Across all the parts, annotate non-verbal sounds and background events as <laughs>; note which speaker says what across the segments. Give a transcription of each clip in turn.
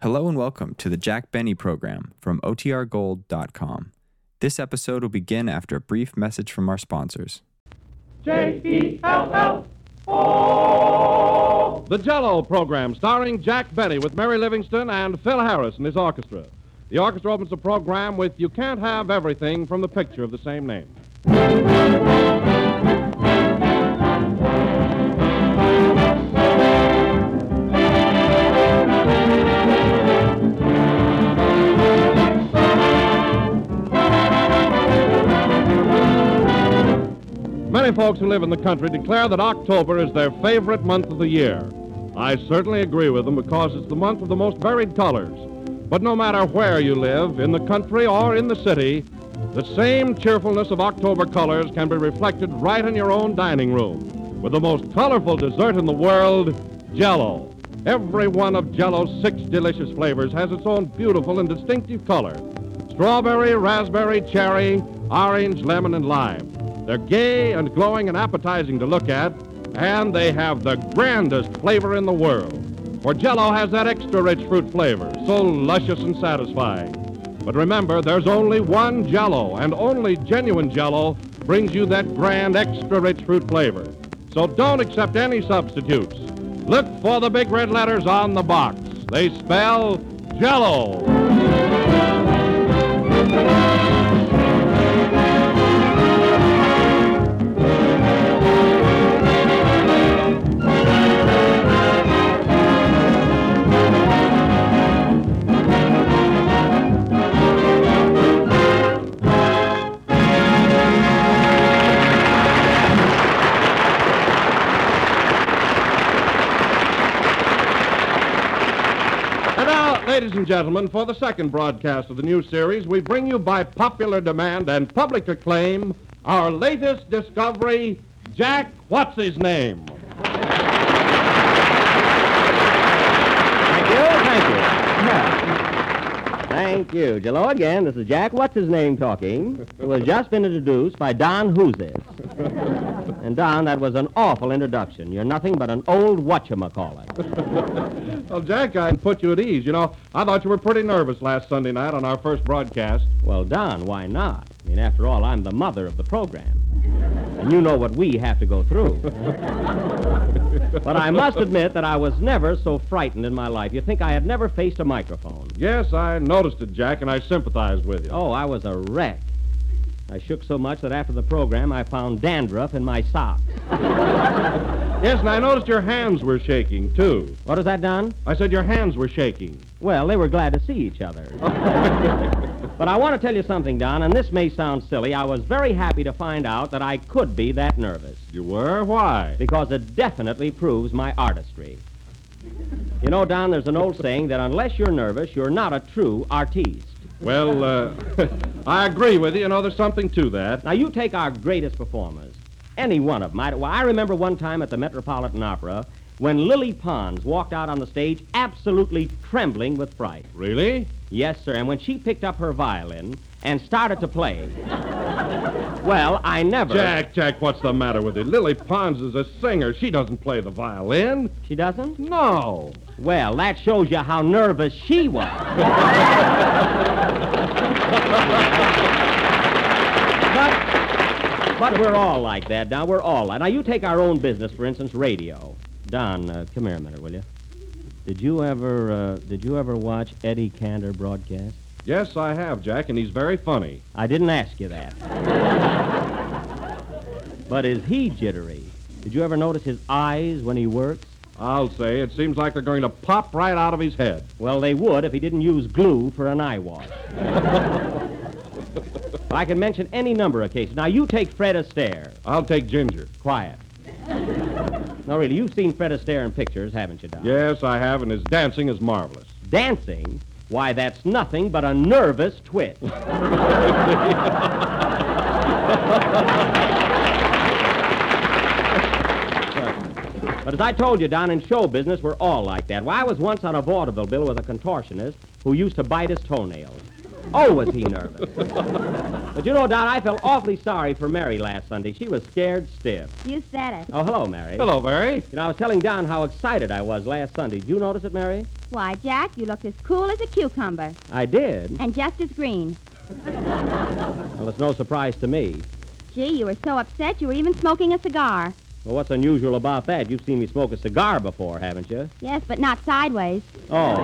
Speaker 1: Hello and welcome to the Jack Benny program from OTRGold.com. This episode will begin after a brief message from our sponsors.
Speaker 2: J-E-L-L-O. The Jello program, starring Jack Benny with Mary Livingston and Phil Harris and his orchestra. The orchestra opens the program with You Can't Have Everything from the picture of the same name. Many folks who live in the country declare that October is their favorite month of the year. I certainly agree with them because it's the month of the most varied colors. But no matter where you live, in the country or in the city, the same cheerfulness of October colors can be reflected right in your own dining room with the most colorful dessert in the world, Jello. Every one of Jello's six delicious flavors has its own beautiful and distinctive color strawberry, raspberry, cherry, orange, lemon, and lime. They're gay and glowing and appetizing to look at, and they have the grandest flavor in the world. For Jello has that extra rich fruit flavor, so luscious and satisfying. But remember, there's only one Jello, and only genuine Jello brings you that grand extra rich fruit flavor. So don't accept any substitutes. Look for the big red letters on the box. They spell Jello. And now, ladies and gentlemen, for the second broadcast of the new series, we bring you by popular demand and public acclaim our latest discovery, Jack What's His Name.
Speaker 3: Thank you, thank you. Thank you. Jello again. This is Jack What's His Name talking. Who was just been introduced by Don Who's This. And Don, that was an awful introduction. You're nothing but an old whatchamacaller.
Speaker 2: Well, Jack, I put you at ease. You know, I thought you were pretty nervous last Sunday night on our first broadcast.
Speaker 3: Well, Don, why not? I mean, after all, I'm the mother of the program. And you know what we have to go through. but I must admit that I was never so frightened in my life. You think I had never faced a microphone.
Speaker 2: Yes, I noticed it, Jack, and I sympathized with you.
Speaker 3: Oh, I was a wreck. I shook so much that after the program, I found dandruff in my socks.
Speaker 2: Yes, and I noticed your hands were shaking, too.
Speaker 3: What has that done?
Speaker 2: I said your hands were shaking.
Speaker 3: Well, they were glad to see each other. but I want to tell you something, Don, and this may sound silly. I was very happy to find out that I could be that nervous
Speaker 2: You were? Why?
Speaker 3: because it definitely proves my artistry. You know, Don, there's an old saying that unless you're nervous, you're not a true artiste.
Speaker 2: Well, uh, <laughs> I agree with you. You know, there's something to that.
Speaker 3: Now, you take our greatest performers, any one of them. I, well, I remember one time at the Metropolitan Opera when Lily Pons walked out on the stage absolutely trembling with fright.
Speaker 2: Really?
Speaker 3: Yes, sir. And when she picked up her violin and started to play, well, I never.
Speaker 2: Jack, Jack, what's the matter with you? Lily Pons is a singer. She doesn't play the violin.
Speaker 3: She doesn't?
Speaker 2: No.
Speaker 3: Well, that shows you how nervous
Speaker 2: <laughs>
Speaker 3: she was. but, but we're all like that, Don. We're all like. Now you take our own business, for instance, radio. Don, uh, come here a minute, will you? Did you ever uh, did you ever watch Eddie Cantor broadcast?
Speaker 2: Yes, I have, Jack, and he's very funny.
Speaker 3: I didn't ask you that. but is he jittery? Did you ever notice his eyes when he works?
Speaker 2: I'll say it seems like they're going to pop right out of his head.
Speaker 3: Well, they would if he didn't use glue for an eye wash. I can mention any number of cases. Now, you take Fred Astaire.
Speaker 2: I'll take Ginger.
Speaker 3: Quiet. no, really, you've seen Fred Astaire in pictures, haven't you, Don?
Speaker 2: Yes, I have, and his dancing is marvelous.
Speaker 3: Dancing? Why, that's nothing but a nervous <laughs> twitch. But as I told you, Don, in show business, we're all like that. Why, I was once on a vaudeville bill with a contortionist who used to bite his toenails. Oh, was he nervous.
Speaker 4: <laughs>
Speaker 3: but you know, Don, I felt awfully sorry for Mary last Sunday. She was scared stiff.
Speaker 5: You said it.
Speaker 3: Oh, hello, Mary.
Speaker 4: Hello, Mary.
Speaker 3: You know, I was telling Don how excited I was last Sunday. Did you notice it, Mary?
Speaker 5: Why, Jack, you looked as cool as a cucumber
Speaker 3: I did.
Speaker 5: and just as green.
Speaker 3: Well, it's no surprise to me.
Speaker 5: Gee, you were so upset you were even smoking a cigar.
Speaker 3: Well, what's unusual about that? You've seen me smoke a cigar before, haven't you?
Speaker 5: Yes, but not sideways.
Speaker 3: Oh.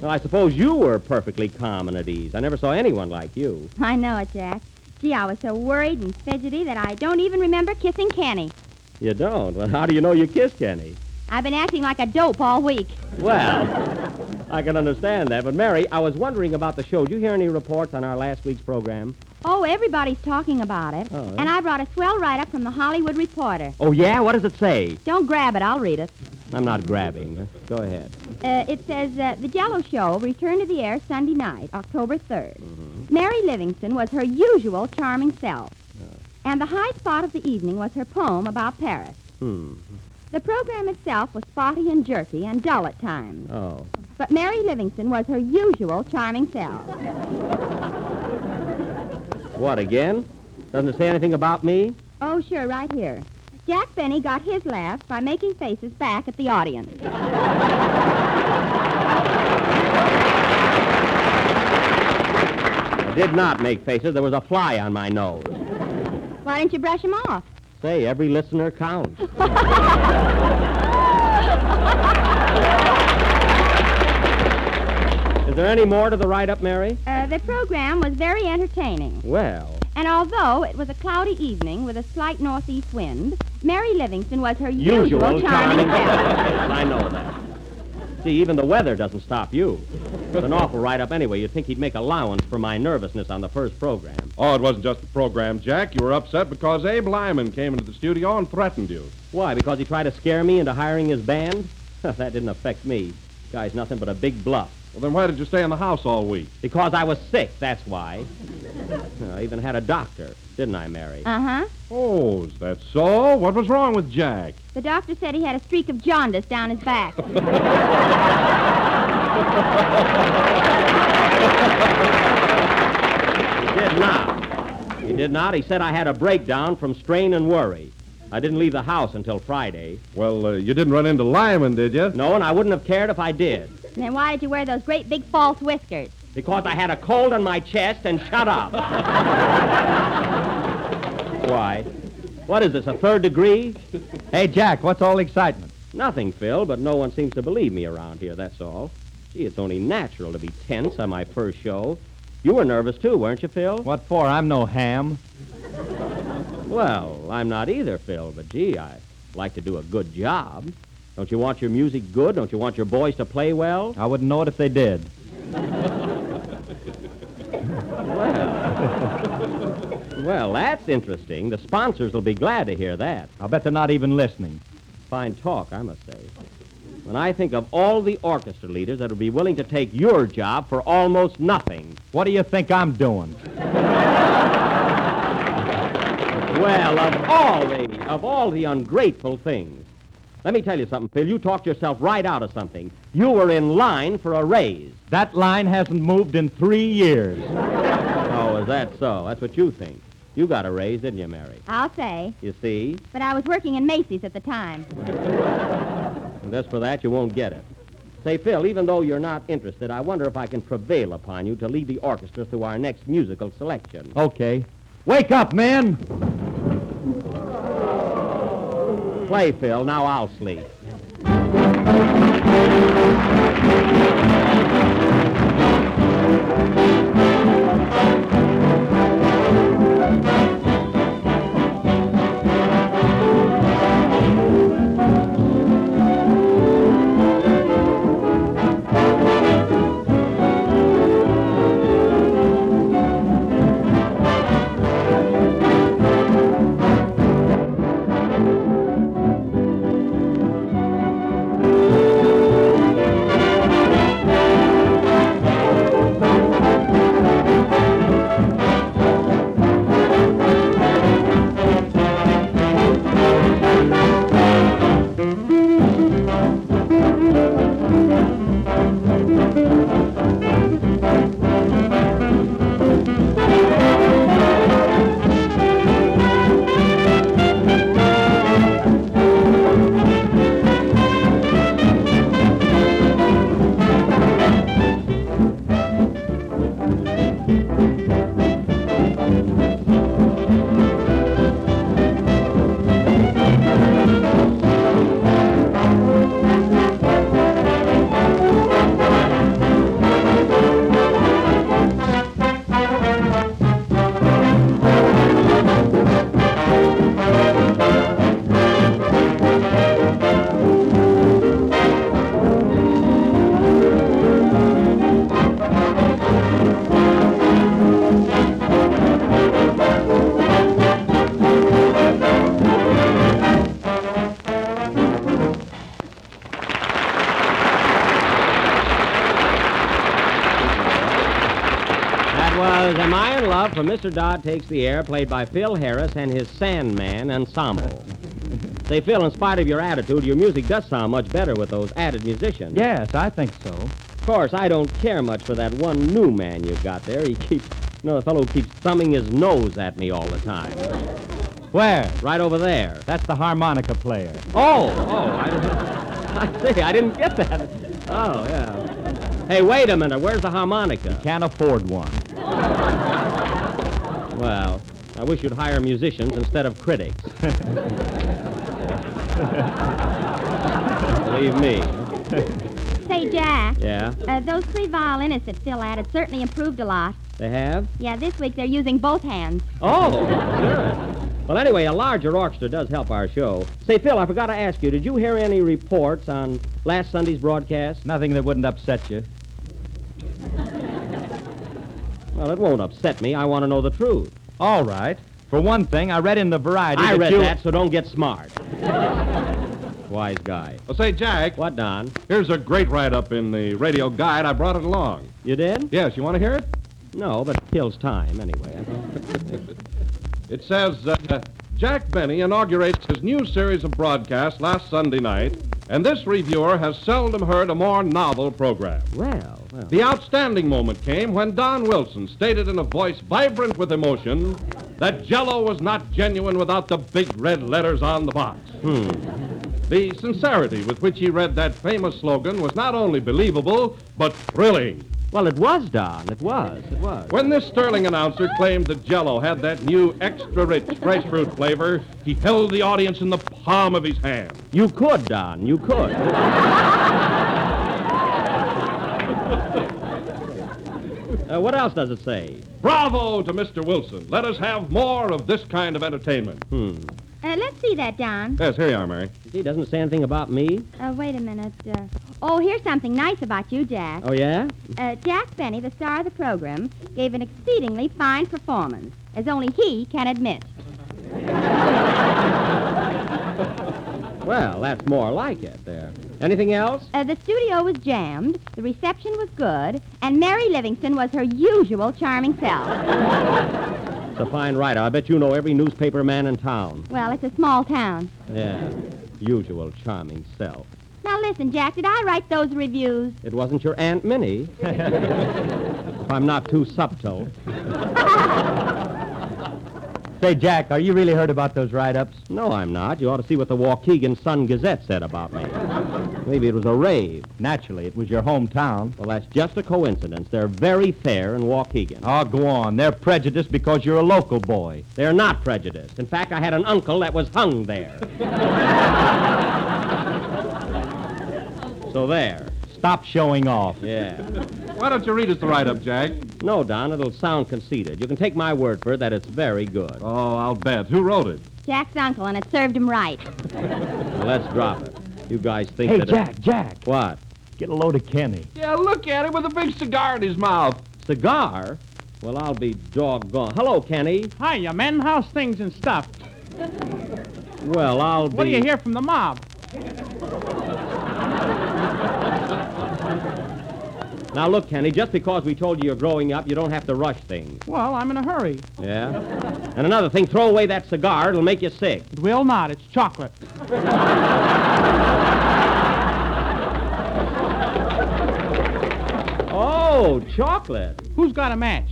Speaker 3: well, I suppose you were perfectly calm and at ease. I never saw anyone like you.
Speaker 5: I know it, Jack. Gee, I was so worried and fidgety that I don't even remember kissing Kenny.
Speaker 3: You don't? Well, how do you know you kissed Kenny?
Speaker 5: I've been acting like a dope all week.
Speaker 3: Well, I can understand that. But, Mary, I was wondering about the show. Did you hear any reports on our last week's program?
Speaker 5: Oh, everybody's talking about it.
Speaker 3: Oh, yeah?
Speaker 5: And I brought a swell write-up from the Hollywood Reporter.
Speaker 3: Oh, yeah? What does it say?
Speaker 5: Don't grab it. I'll read it.
Speaker 3: I'm not grabbing. Go ahead.
Speaker 5: Uh, it says uh, the Jello Show returned to the air Sunday night, October 3rd. Mary Livingston was her usual charming self, and the high spot of the evening was her poem about Paris.
Speaker 3: Hmm.
Speaker 5: The program itself was spotty and jerky and dull at times,
Speaker 3: Oh.
Speaker 5: but Mary Livingston was her usual charming self.
Speaker 3: What, again? Doesn't it say anything about me?
Speaker 5: Oh, sure, right here. Jack Benny got his laugh by making faces back at the audience.
Speaker 3: I did not make faces. There was a fly on my nose.
Speaker 5: Why didn't you brush him off?
Speaker 3: Say, every listener counts. Is there any more to the write up, Mary?
Speaker 5: Uh, the program was very entertaining.
Speaker 3: Well,
Speaker 5: And although it was a cloudy evening with a slight northeast wind, Mary Livingston was her usual, charming self.
Speaker 3: I know that. See, even the weather doesn't stop you. It's an awful write up anyway. You'd think he'd make allowance for my nervousness on the first program.
Speaker 4: Oh, it wasn't just the program, Jack. You were upset because Abe Lyman came into the studio and threatened you.
Speaker 3: Why? Because he tried to scare me into hiring his band? <laughs> that didn't affect me. Guy's nothing but a big bluff.
Speaker 4: Well, then why did you stay in the house all week?
Speaker 3: Because I was sick, that's why. I even had a doctor, didn't I, Mary?
Speaker 5: Uh-huh.
Speaker 4: Oh, is that so? What was wrong with Jack?
Speaker 5: The doctor said he had a streak of jaundice down his back.
Speaker 3: He did not. He did not. He said I had a breakdown from strain and worry. I didn't leave the house until Friday.
Speaker 4: Well, uh, you didn't run into Lyman, did you?
Speaker 3: No, and I wouldn't have cared if I did.
Speaker 5: then why did you wear those great big false whiskers?
Speaker 3: Because I had a cold on my chest and shut up. Why? What is this, a third degree?
Speaker 6: Hey, Jack, what's all the excitement?
Speaker 3: Nothing, Phil, but no one seems to believe me around here, that's all. Gee, it's only natural to be tense on my first show. You were nervous, too, weren't you, Phil?
Speaker 6: What for? I'm no ham.
Speaker 3: Well, I'm not either, Phil, but gee, I like to do a good job. Don't you want your music good? Don't you want your boys to play well?
Speaker 6: I wouldn't know it if they did.
Speaker 3: Well, that's interesting. The sponsors will be glad to hear that.
Speaker 6: I'll bet they're not even listening.
Speaker 3: Fine talk, I must say. When I think of all the orchestra leaders that would be willing to take your job for almost nothing.
Speaker 6: What do you think I'm doing?
Speaker 3: Well, of all the of all the ungrateful things. Let me tell you something, Phil. You talked yourself right out of something. You were in line for a raise.
Speaker 6: That line hasn't moved in three years.
Speaker 3: Oh, is that so? That's what you think. You got a raise, didn't you, Mary?
Speaker 5: I'll say,
Speaker 3: You see?
Speaker 5: but I was working in Macy's at the time.
Speaker 3: And just for that, you won't get it. Say, Phil, even though you're not interested, I wonder if I can prevail upon you to lead the orchestra through our next musical selection.
Speaker 6: Okay. Wake up, men!
Speaker 3: Play, Phil. Now I'll sleep. was Am I in Love from Mr. Dodd Takes the Air, played by Phil Harris and his Sandman ensemble. Say, Phil, in spite of your attitude, your music does sound much better with those added musicians.
Speaker 6: Yes, I think so.
Speaker 3: Of course, I don't care much for that one new man you've got there. He keeps, you know, the fellow who keeps thumbing his nose at me all the time.
Speaker 6: Where?
Speaker 3: Right over there.
Speaker 6: That's the harmonica player.
Speaker 3: Oh, oh, I, didn't- <laughs> I see. I didn't get that. Oh, yeah. Hey, wait a minute. Where's the harmonica?
Speaker 6: Can't afford one.
Speaker 3: Well, I wish you'd hire musicians instead of critics. Believe me.
Speaker 5: Say, Jack,
Speaker 3: Yeah,
Speaker 5: uh, those three violinists that Phil added certainly improved a lot.
Speaker 3: they have.
Speaker 5: Yeah, this week they're using both hands.
Speaker 3: Oh, sure. Well, anyway, a larger orchestra does help our show. Say, Phil, I forgot to ask you. Did you hear any reports on last Sunday's broadcast?
Speaker 6: Nothing that wouldn't upset you.
Speaker 3: Well, it won't upset me. I want to know the truth.
Speaker 6: All right. For one thing, I read in the variety.
Speaker 3: I
Speaker 6: that
Speaker 3: read
Speaker 6: you...
Speaker 3: that, so don't get smart. Wise guy.
Speaker 4: Well, say, Jack,
Speaker 3: What, Don?
Speaker 4: here's a great write up in the radio guide. I brought it along.
Speaker 3: You did?
Speaker 4: Yes, you want to hear it?
Speaker 3: No, but kills time anyway.
Speaker 4: It says uh, uh, Jack Benny inaugurates his new series of broadcasts last Sunday night, and this reviewer has seldom heard a more novel program.
Speaker 3: Well, well.
Speaker 4: The outstanding moment came when Don Wilson stated in a voice vibrant with emotion that Jello was not genuine without the big red letters on the box. The sincerity with which he read that famous slogan was not only believable, but thrilling.
Speaker 3: Well, it was, Don. It was. It was.
Speaker 4: When this Sterling announcer claimed that Jello had that new extra rich fresh fruit flavor, he held the audience in the palm of his hand.
Speaker 3: You could, Don. You
Speaker 4: <laughs>
Speaker 3: could. Uh, what else does it say?
Speaker 4: Bravo to Mr. Wilson. Let us have more of this kind of entertainment.
Speaker 5: Uh, let's see that, Don.
Speaker 4: Yes, here you are, Mary.
Speaker 3: He doesn't say anything about me.
Speaker 5: Uh, wait a minute. Uh, oh, here's something nice about you, Jack.
Speaker 3: Oh, yeah?
Speaker 5: Uh, Jack Benny, the star of the program, gave an exceedingly fine performance, as only he can admit.
Speaker 3: Well, that's more like it there. Anything else?
Speaker 5: Uh, the studio was jammed, the reception was good, and Mary Livingston was her usual charming self.
Speaker 3: It's a fine writer. I bet you know every newspaper man in town.
Speaker 5: Well, it's a small town.
Speaker 3: Yeah. Usual charming self.
Speaker 5: Now listen, Jack, did I write those reviews?
Speaker 3: It wasn't your
Speaker 6: <laughs>
Speaker 3: Aunt Minnie. if I'm not too subtle.
Speaker 6: Say, Jack, are you really hurt about those write-ups?
Speaker 3: No, I'm not. You ought to see what the Waukegan Sun Gazette said about me. Maybe it was a rave.
Speaker 6: Naturally, it was your hometown.
Speaker 3: Well, that's just a coincidence. They're very fair in Waukegan.
Speaker 6: Oh, go on. They're prejudiced because you're a local boy.
Speaker 3: They're not prejudiced. In fact, I had an uncle that was hung there. so there.
Speaker 6: Stop showing off.
Speaker 3: Yeah.
Speaker 4: Why don't you read us the write up, Jack?
Speaker 3: No, Don, it'll sound conceited. You can take my word for it that it's very good.
Speaker 4: Oh, I'll bet. Who wrote it?
Speaker 5: Jack's uncle, and it served him right.
Speaker 3: Now, let's drop it. You guys think
Speaker 6: Hey,
Speaker 3: that... it-
Speaker 6: Jack, Jack,
Speaker 3: What?
Speaker 6: get a load of Kenny.
Speaker 4: Yeah, look at him with a big cigar in his mouth.
Speaker 3: Cigar? Well, I'll be doggone. Hello, Kenny.
Speaker 2: Hiya, men. How's things and stuff?
Speaker 3: Well, I'll be...
Speaker 2: What do you hear from the mob?
Speaker 3: Now, look, Kenny, just because we told you you're growing up, you don't have to rush things.
Speaker 2: Well, I'm in a hurry.
Speaker 3: Yeah? And another thing, throw away that cigar. It'll make you sick.
Speaker 2: It will not. It's chocolate.
Speaker 3: Oh, chocolate.
Speaker 2: Who's got a match?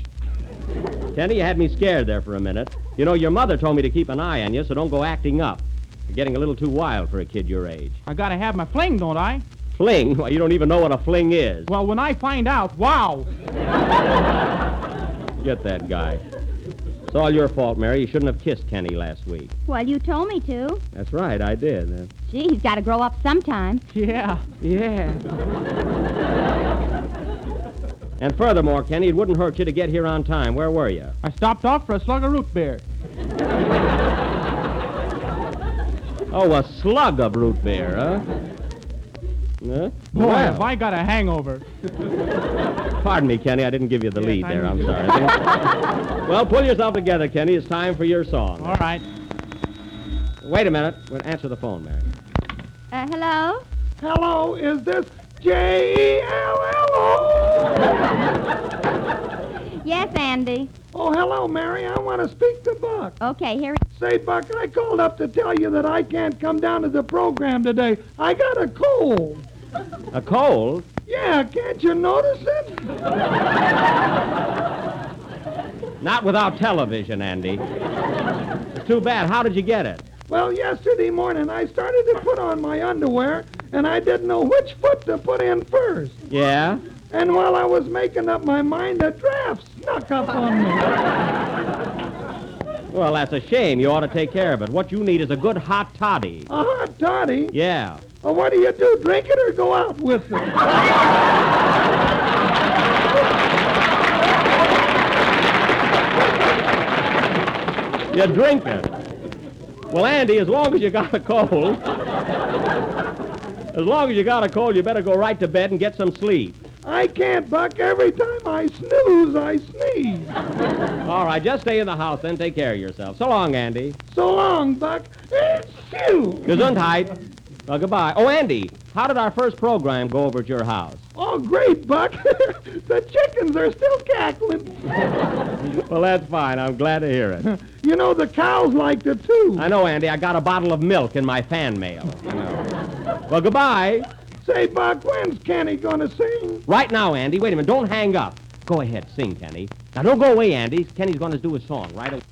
Speaker 3: Kenny, you had me scared there for a minute. You know, your mother told me to keep an eye on you, so don't go acting up. You're getting a little too wild for a kid your age.
Speaker 2: I gotta have my fling, don't I?
Speaker 3: Fling? Why, you don't even know what a fling is.
Speaker 2: Well, when I find out, wow. <laughs>
Speaker 3: Get that guy. It's all your fault, Mary. You shouldn't have kissed Kenny last week.
Speaker 5: Well, you told me to.
Speaker 3: That's right, I did.
Speaker 5: Gee, he's got to grow up sometime.
Speaker 2: Yeah.
Speaker 3: Yeah. and furthermore, Kenny, it wouldn't hurt you to get here on time. Where were you?
Speaker 2: I stopped off for a slug of root beer.
Speaker 3: Oh, a slug of root beer, huh? Huh?
Speaker 2: Boy,
Speaker 3: Well.
Speaker 2: have I got a hangover.
Speaker 3: Pardon me, Kenny. I didn't give you the lead
Speaker 2: I
Speaker 3: there.
Speaker 2: knew
Speaker 3: I'm
Speaker 2: you
Speaker 3: sorry. <laughs> well, pull yourself together, Kenny. It's time for your song.
Speaker 2: All right.
Speaker 3: Wait a minute. Well, answer the phone, Mary.
Speaker 5: Uh, hello?
Speaker 4: Hello, is this J E L L O?
Speaker 5: Yes, Aunt. Sandy.
Speaker 7: Oh, hello, Mary. I want to speak to Buck.
Speaker 5: Okay, here.
Speaker 7: Say, Buck, I called up to tell you that I can't come down to the program today. I got a cold.
Speaker 3: A cold?
Speaker 7: Yeah, can't you notice it?
Speaker 3: Not without television, Andy. It's too bad. How did you get it?
Speaker 7: Well, yesterday morning I started to put on my underwear, and I didn't know which foot to put in first.
Speaker 3: Yeah?
Speaker 7: And while I was making up my mind, a draft snuck up on me.
Speaker 3: Well, that's a shame. You ought to take care of it. What you need is a good hot toddy.
Speaker 7: A hot toddy?
Speaker 3: Yeah.
Speaker 7: Well, what do you do, drink it or go out with it?
Speaker 3: You drink it. Well, Andy, as long as you got a cold, as long as you got a cold, you better go right to bed and get some sleep.
Speaker 7: I can't, Buck. Every time I snooze, I sneeze.
Speaker 3: All right, just stay in the house then. Take care of yourself. So long, Andy.
Speaker 7: So long, Buck. It's you.
Speaker 3: Gesundheit. Well, goodbye. Oh, Andy, how did our first program go over at your house?
Speaker 7: Oh, great, Buck. <laughs> the chickens are still cackling.
Speaker 3: <laughs> Well, that's fine. I'm glad to hear it.
Speaker 7: <laughs> You know, the cows liked it, too.
Speaker 3: I know, Andy. I got a bottle of milk in my fan mail. Well, goodbye.
Speaker 7: Say, Buck, when's Kenny going to sing?
Speaker 3: Right now, Andy. Wait a minute. Don't hang up. Go ahead. Sing, Kenny. Now, don't go away, Andy. Kenny's going to do a song right away.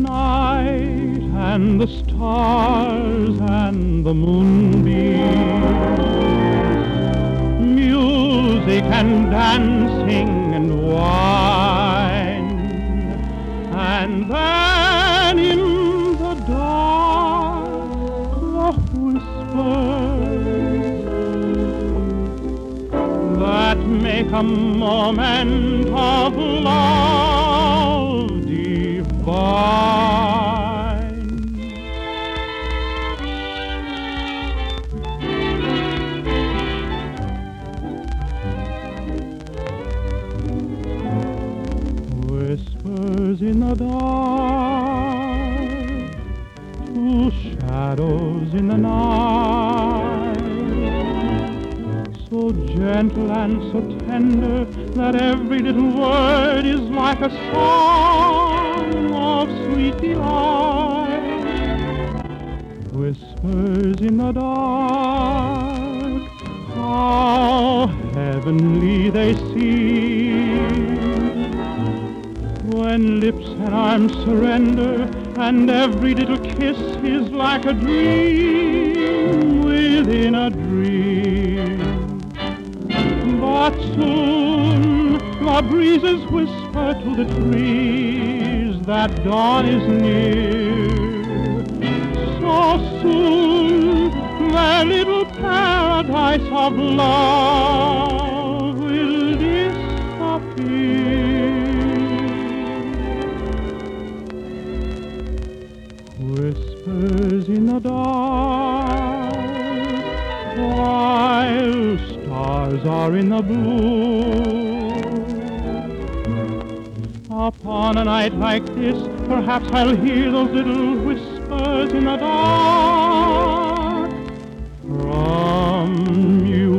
Speaker 2: Night and the stars and the moonbeams, music and dancing and wine, and then in the dark the whispers that make a moment of love divine. Whispers in the dark to shadows in the night so gentle and so tender that every little word is like a song of sweet delight. Whispers in the dark, how heavenly they seem. When lips and arms surrender, and every little kiss is like a dream within a dream. But soon the breezes whisper to the trees that dawn is near. So soon their little paradise of love will disappear. Whispers in the dark, while stars are in the blue. Upon a night like this, perhaps I'll hear those little whispers in the dark from you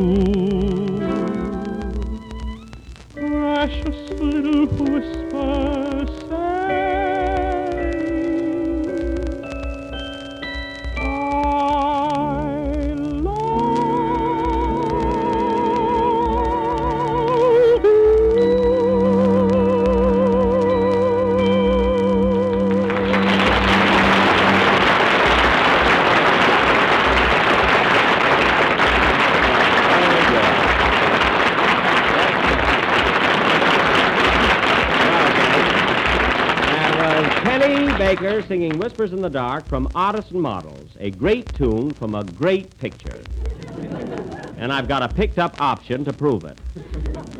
Speaker 2: precious little whisper say I love you.
Speaker 3: That was Kenny uh, Baker singing Whispers in the Dark from Artists and Models, a great tune from a great picture. And I've got a picked up option to prove it.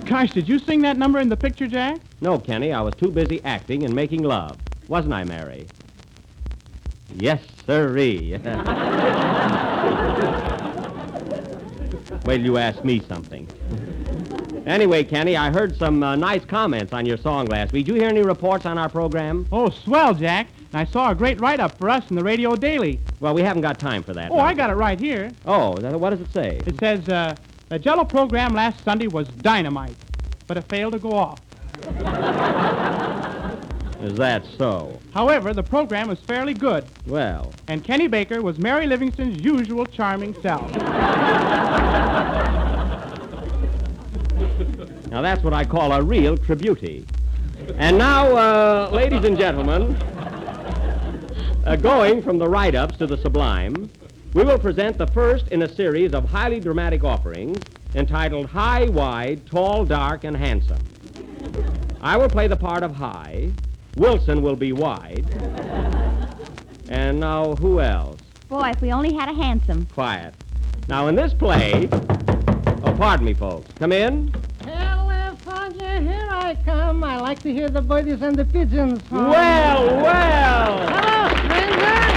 Speaker 2: Gosh, did you sing that number in the picture, Jack?
Speaker 3: No, Kenny, I was too busy acting and making love. Wasn't I, Mary? <laughs> Yes, sirree. Wait till you ask me something. Anyway, Kenny, I heard some uh, nice comments on your song last week. Did you hear any reports on our program?
Speaker 2: Oh, swell, Jack. And I saw a great write-up for us in the Radio Daily.
Speaker 3: Well, we haven't got time for that.
Speaker 2: Oh,
Speaker 3: now.
Speaker 2: I got it right here.
Speaker 3: Oh, th- what does it say?
Speaker 2: It says, uh, the Jello program last Sunday was dynamite, but it failed to go off.
Speaker 3: Is that so?
Speaker 2: However, the program was fairly good,
Speaker 3: Well,
Speaker 2: and Kenny Baker was Mary Livingston's usual charming self.
Speaker 3: now that's what I call a real tribute. And now, uh, ladies and gentlemen, uh, going from the write ups to the sublime, we will present the first in a series of highly dramatic offerings entitled High, Wide, Tall, Dark, and Handsome. I will play the part of High, Wilson will be Wide, and now who else?
Speaker 5: Boy, if we only had a handsome.
Speaker 3: Quiet. Now, in this play. Oh, pardon me, folks. Come in.
Speaker 8: California, here I come. I like to hear the birdies and the pigeons. song.
Speaker 3: Well, well.
Speaker 8: Hello, stranger.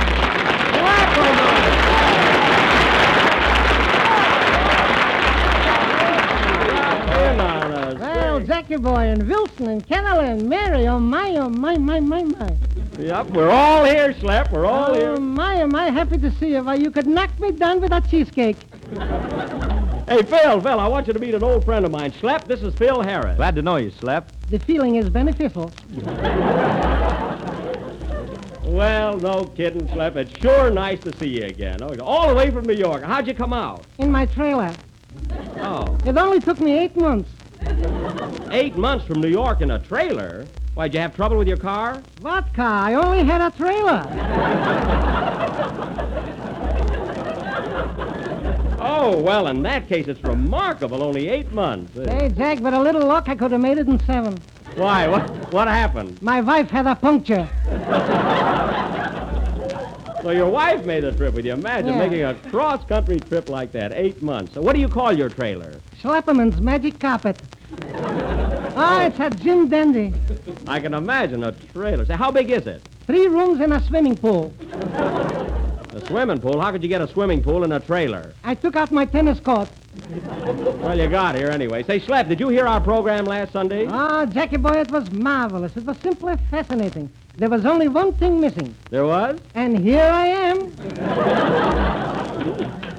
Speaker 3: Come on, us.
Speaker 8: Well, Jackie Boy and Wilson and Kennel and Mary. Oh, my, oh, my, my, my, my.
Speaker 3: Yep, we're all here, Schlep. We're all
Speaker 8: Oh,
Speaker 3: here.
Speaker 8: my, am I happy to see you. Why, you could knock me down with that cheesecake.
Speaker 3: Hey, Phil, Phil, I want you to meet an old friend of mine. Schlep, this is Phil Harris.
Speaker 6: Glad to know you, Slep.
Speaker 8: The feeling is beneficial.
Speaker 3: Well, no kidding, Schlep. It's sure nice to see you again. Oh, All the way from New York. How'd you come out?
Speaker 8: In my trailer.
Speaker 3: Oh,
Speaker 8: It only took me eight months.
Speaker 3: eight months from New York in a trailer? Why'd you have trouble with your car?
Speaker 8: Vodka, I only had a trailer.
Speaker 3: Oh, well, in that case, it's remarkable. Only eight months.
Speaker 8: Hey, Jack, with a little luck, I could have made it in seven.
Speaker 3: Why? What, what happened?
Speaker 8: My wife had a puncture.
Speaker 3: So your wife made the trip with you. Imagine
Speaker 8: Yeah.
Speaker 3: making a cross-country trip like that, eight months. So what do you call your trailer?
Speaker 8: Schlepperman's magic carpet. Oh, it's a Jim dandy.
Speaker 3: I can imagine a trailer. Say, how big is it?
Speaker 8: Three rooms and a swimming pool.
Speaker 3: A swimming pool? How could you get a swimming pool in a trailer?
Speaker 8: I took out my tennis court.
Speaker 3: Well, you got here anyway. Say, Schlep, did you hear our program last Sunday?
Speaker 8: Ah, Jackie boy, it was marvelous. It was simply fascinating. There was only one thing missing,
Speaker 3: There was?
Speaker 8: and here I am.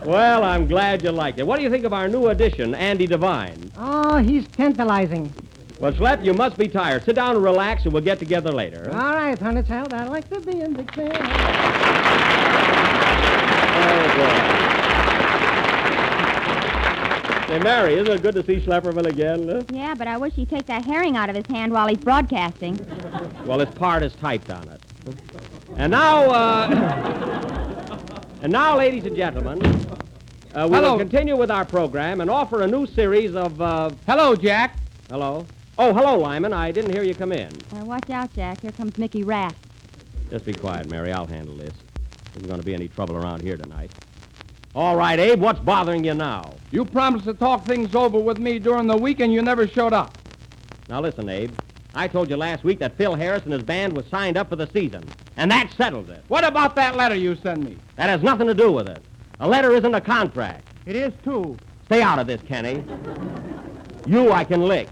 Speaker 3: Well, I'm glad you liked it. What do you think of our new addition, Andy Devine?
Speaker 8: Oh, he's tantalizing.
Speaker 3: Well, Schlep, you must be tired. Sit down and relax, and we'll get together later.
Speaker 8: All right, honey child, I'd like to be in the clear.
Speaker 3: Say, Mary, isn't it good to see Schlepperville again? huh?
Speaker 5: Yeah, but I wish he'd take that herring out of his hand while he's broadcasting.
Speaker 3: Well, his part is typed on it. And now, uh, <coughs> and now, ladies and gentlemen, uh, we will
Speaker 2: Hello.
Speaker 3: continue with our program and offer a new series of. Uh,
Speaker 2: Hello, Jack.
Speaker 3: hello. Oh, hello, Lyman. I didn't hear you come in.
Speaker 5: Uh, watch out, Jack. Here comes Mickey Rath.
Speaker 3: Just be quiet, Mary. I'll handle this. Isn't going to be any trouble around here tonight. All right, Abe. What's bothering you now?
Speaker 2: You promised to talk things over with me during the week, and you never showed up.
Speaker 3: Now listen, Abe. I told you last week that Phil Harris and his band was signed up for the season, and that settles it.
Speaker 2: What about that letter you sent me?
Speaker 3: That has nothing to do with it. A letter isn't a contract.
Speaker 2: It is, too.
Speaker 3: Stay out of this, Kenny. You I can lick.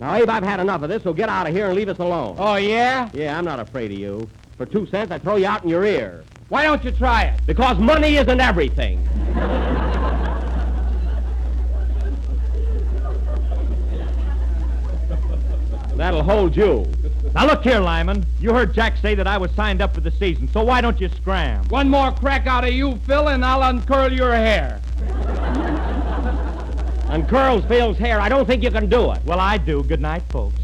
Speaker 3: now, Abe, I've had enough of this, so get out of here and leave us alone.
Speaker 2: Oh, yeah?
Speaker 3: Yeah, I'm not afraid of you. For two cents, I'd throw you out in your ear.
Speaker 2: Why don't you try it?
Speaker 3: Because money isn't everything. That'll hold you.
Speaker 6: Now look here, Lyman. You heard Jack say that I was signed up for the season, so why don't you scram?
Speaker 2: One more crack out of you, Phil, and I'll uncurl your hair.
Speaker 3: Uncurls Phil's hair. I don't think you can do it.
Speaker 6: Well, I do. Good night, folks.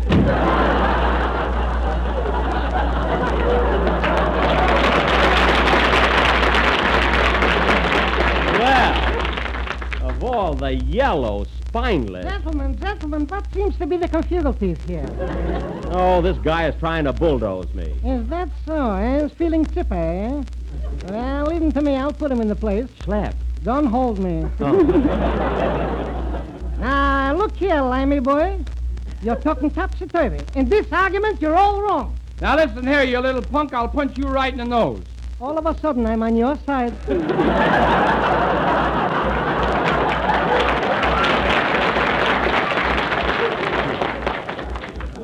Speaker 3: Well, of all the yellow, spineless.
Speaker 8: Gentlemen, gentlemen, what seems to be the difficulties here?
Speaker 3: Oh, this guy is trying to bulldoze me.
Speaker 8: Is that so? Eh? He's feeling chippy, eh? Well, leave him to me. I'll put him in the place.
Speaker 3: Slap.
Speaker 8: Don't hold me. <laughs> Now, look here, Limey boy. You're talking topsy-turvy. In this argument, you're all wrong.
Speaker 2: Now listen here, you little punk. I'll punch you right in the nose.
Speaker 8: All of a sudden, I'm on your side.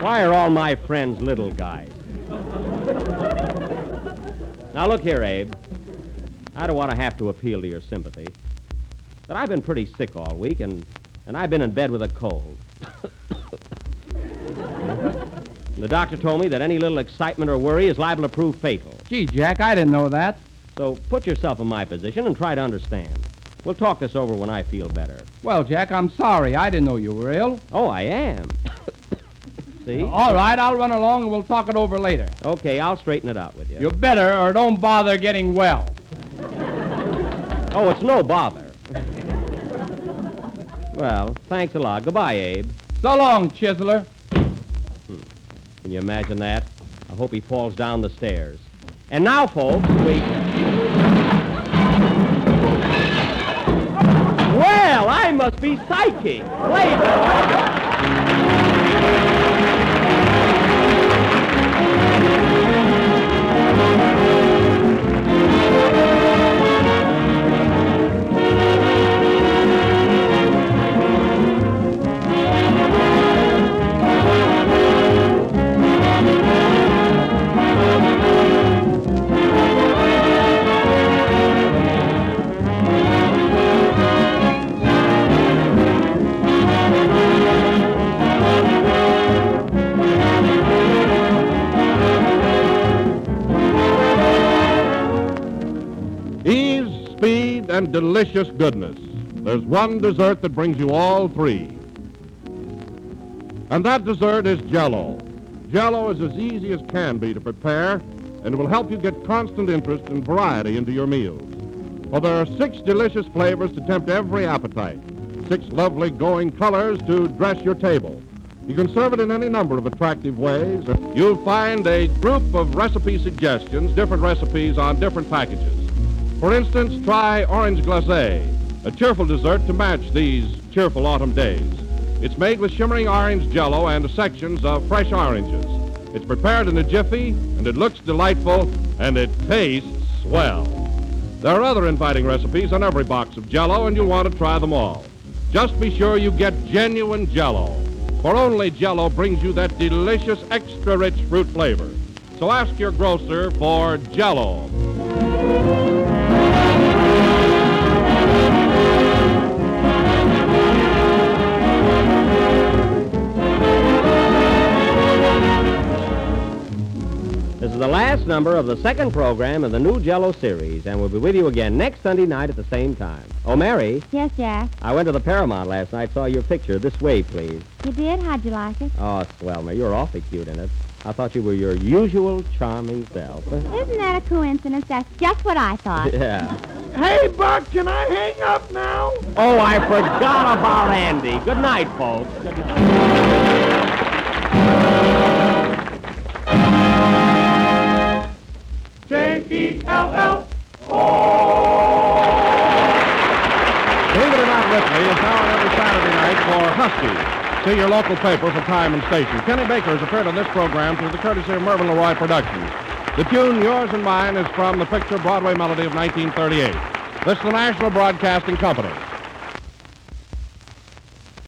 Speaker 3: Why are all my friends little guys? now, look here, Abe. I don't want to have to appeal to your sympathy. But I've been pretty sick all week, and, and I've been in bed with a cold. the doctor told me that any little excitement or worry is liable to prove fatal.
Speaker 9: Gee, Jack, I didn't know that.
Speaker 3: So put yourself in my position and try to understand. We'll talk this over when I feel better.
Speaker 9: Well, Jack, I'm sorry. I didn't know you were ill.
Speaker 3: Oh, I am. <coughs> See?
Speaker 9: All right, I'll run along and we'll talk it over later.
Speaker 3: Okay, I'll straighten it out with you.
Speaker 9: You better, or don't bother getting well.
Speaker 3: Oh, it's no bother. well, thanks a lot. Goodbye, Abe.
Speaker 9: So long, Chiseler.
Speaker 3: Can you imagine that? I hope he falls down the stairs. And now, folks, we. Well, I must be psychic. Wait.
Speaker 4: Ease, speed, and delicious goodness. There's one dessert that brings you all three. And that dessert is Jello. Jello is as easy as can be to prepare and will help you get constant interest and variety into your meals. For there are six delicious flavors to tempt every appetite, six lovely going colors to dress your table. You can serve it in any number of attractive ways. You'll find a group of recipe suggestions, different recipes on different packages. For instance, try orange glacé, a cheerful dessert to match these cheerful autumn days. It's made with shimmering orange jello and sections of fresh oranges. It's prepared in a jiffy, and it looks delightful, and it tastes swell. There are other inviting recipes on every box of jello, and you'll want to try them all. Just be sure you get genuine jello, for only jello brings you that delicious extra rich fruit flavor. So ask your grocer for jello.
Speaker 3: This is the last number of the second program in the new Jello series, and we'll be with you again next Sunday night at the same time. Oh, Mary,
Speaker 5: Yes, Jack.
Speaker 3: I went to the Paramount last night, saw your picture. This way, please.
Speaker 5: You did? How'd you like it?
Speaker 3: Oh, Swelmer, you're awfully cute in it. I thought you were your usual charming self.
Speaker 5: Isn't that a coincidence? That's just what I thought.
Speaker 3: yeah.
Speaker 7: Hey, Buck, can I hang up now?
Speaker 3: Oh, I forgot about Andy. Good night, folks.
Speaker 7: J-E-L-L.
Speaker 4: Believe it or not, Ripley is now on every Saturday night for Husky. See your local paper for time and station. Kenny Baker has appeared on this program through the courtesy of Mervyn LeRoy Productions. The tune, Yours and Mine, is from the picture Broadway Melody of 1938. This is the National Broadcasting Company.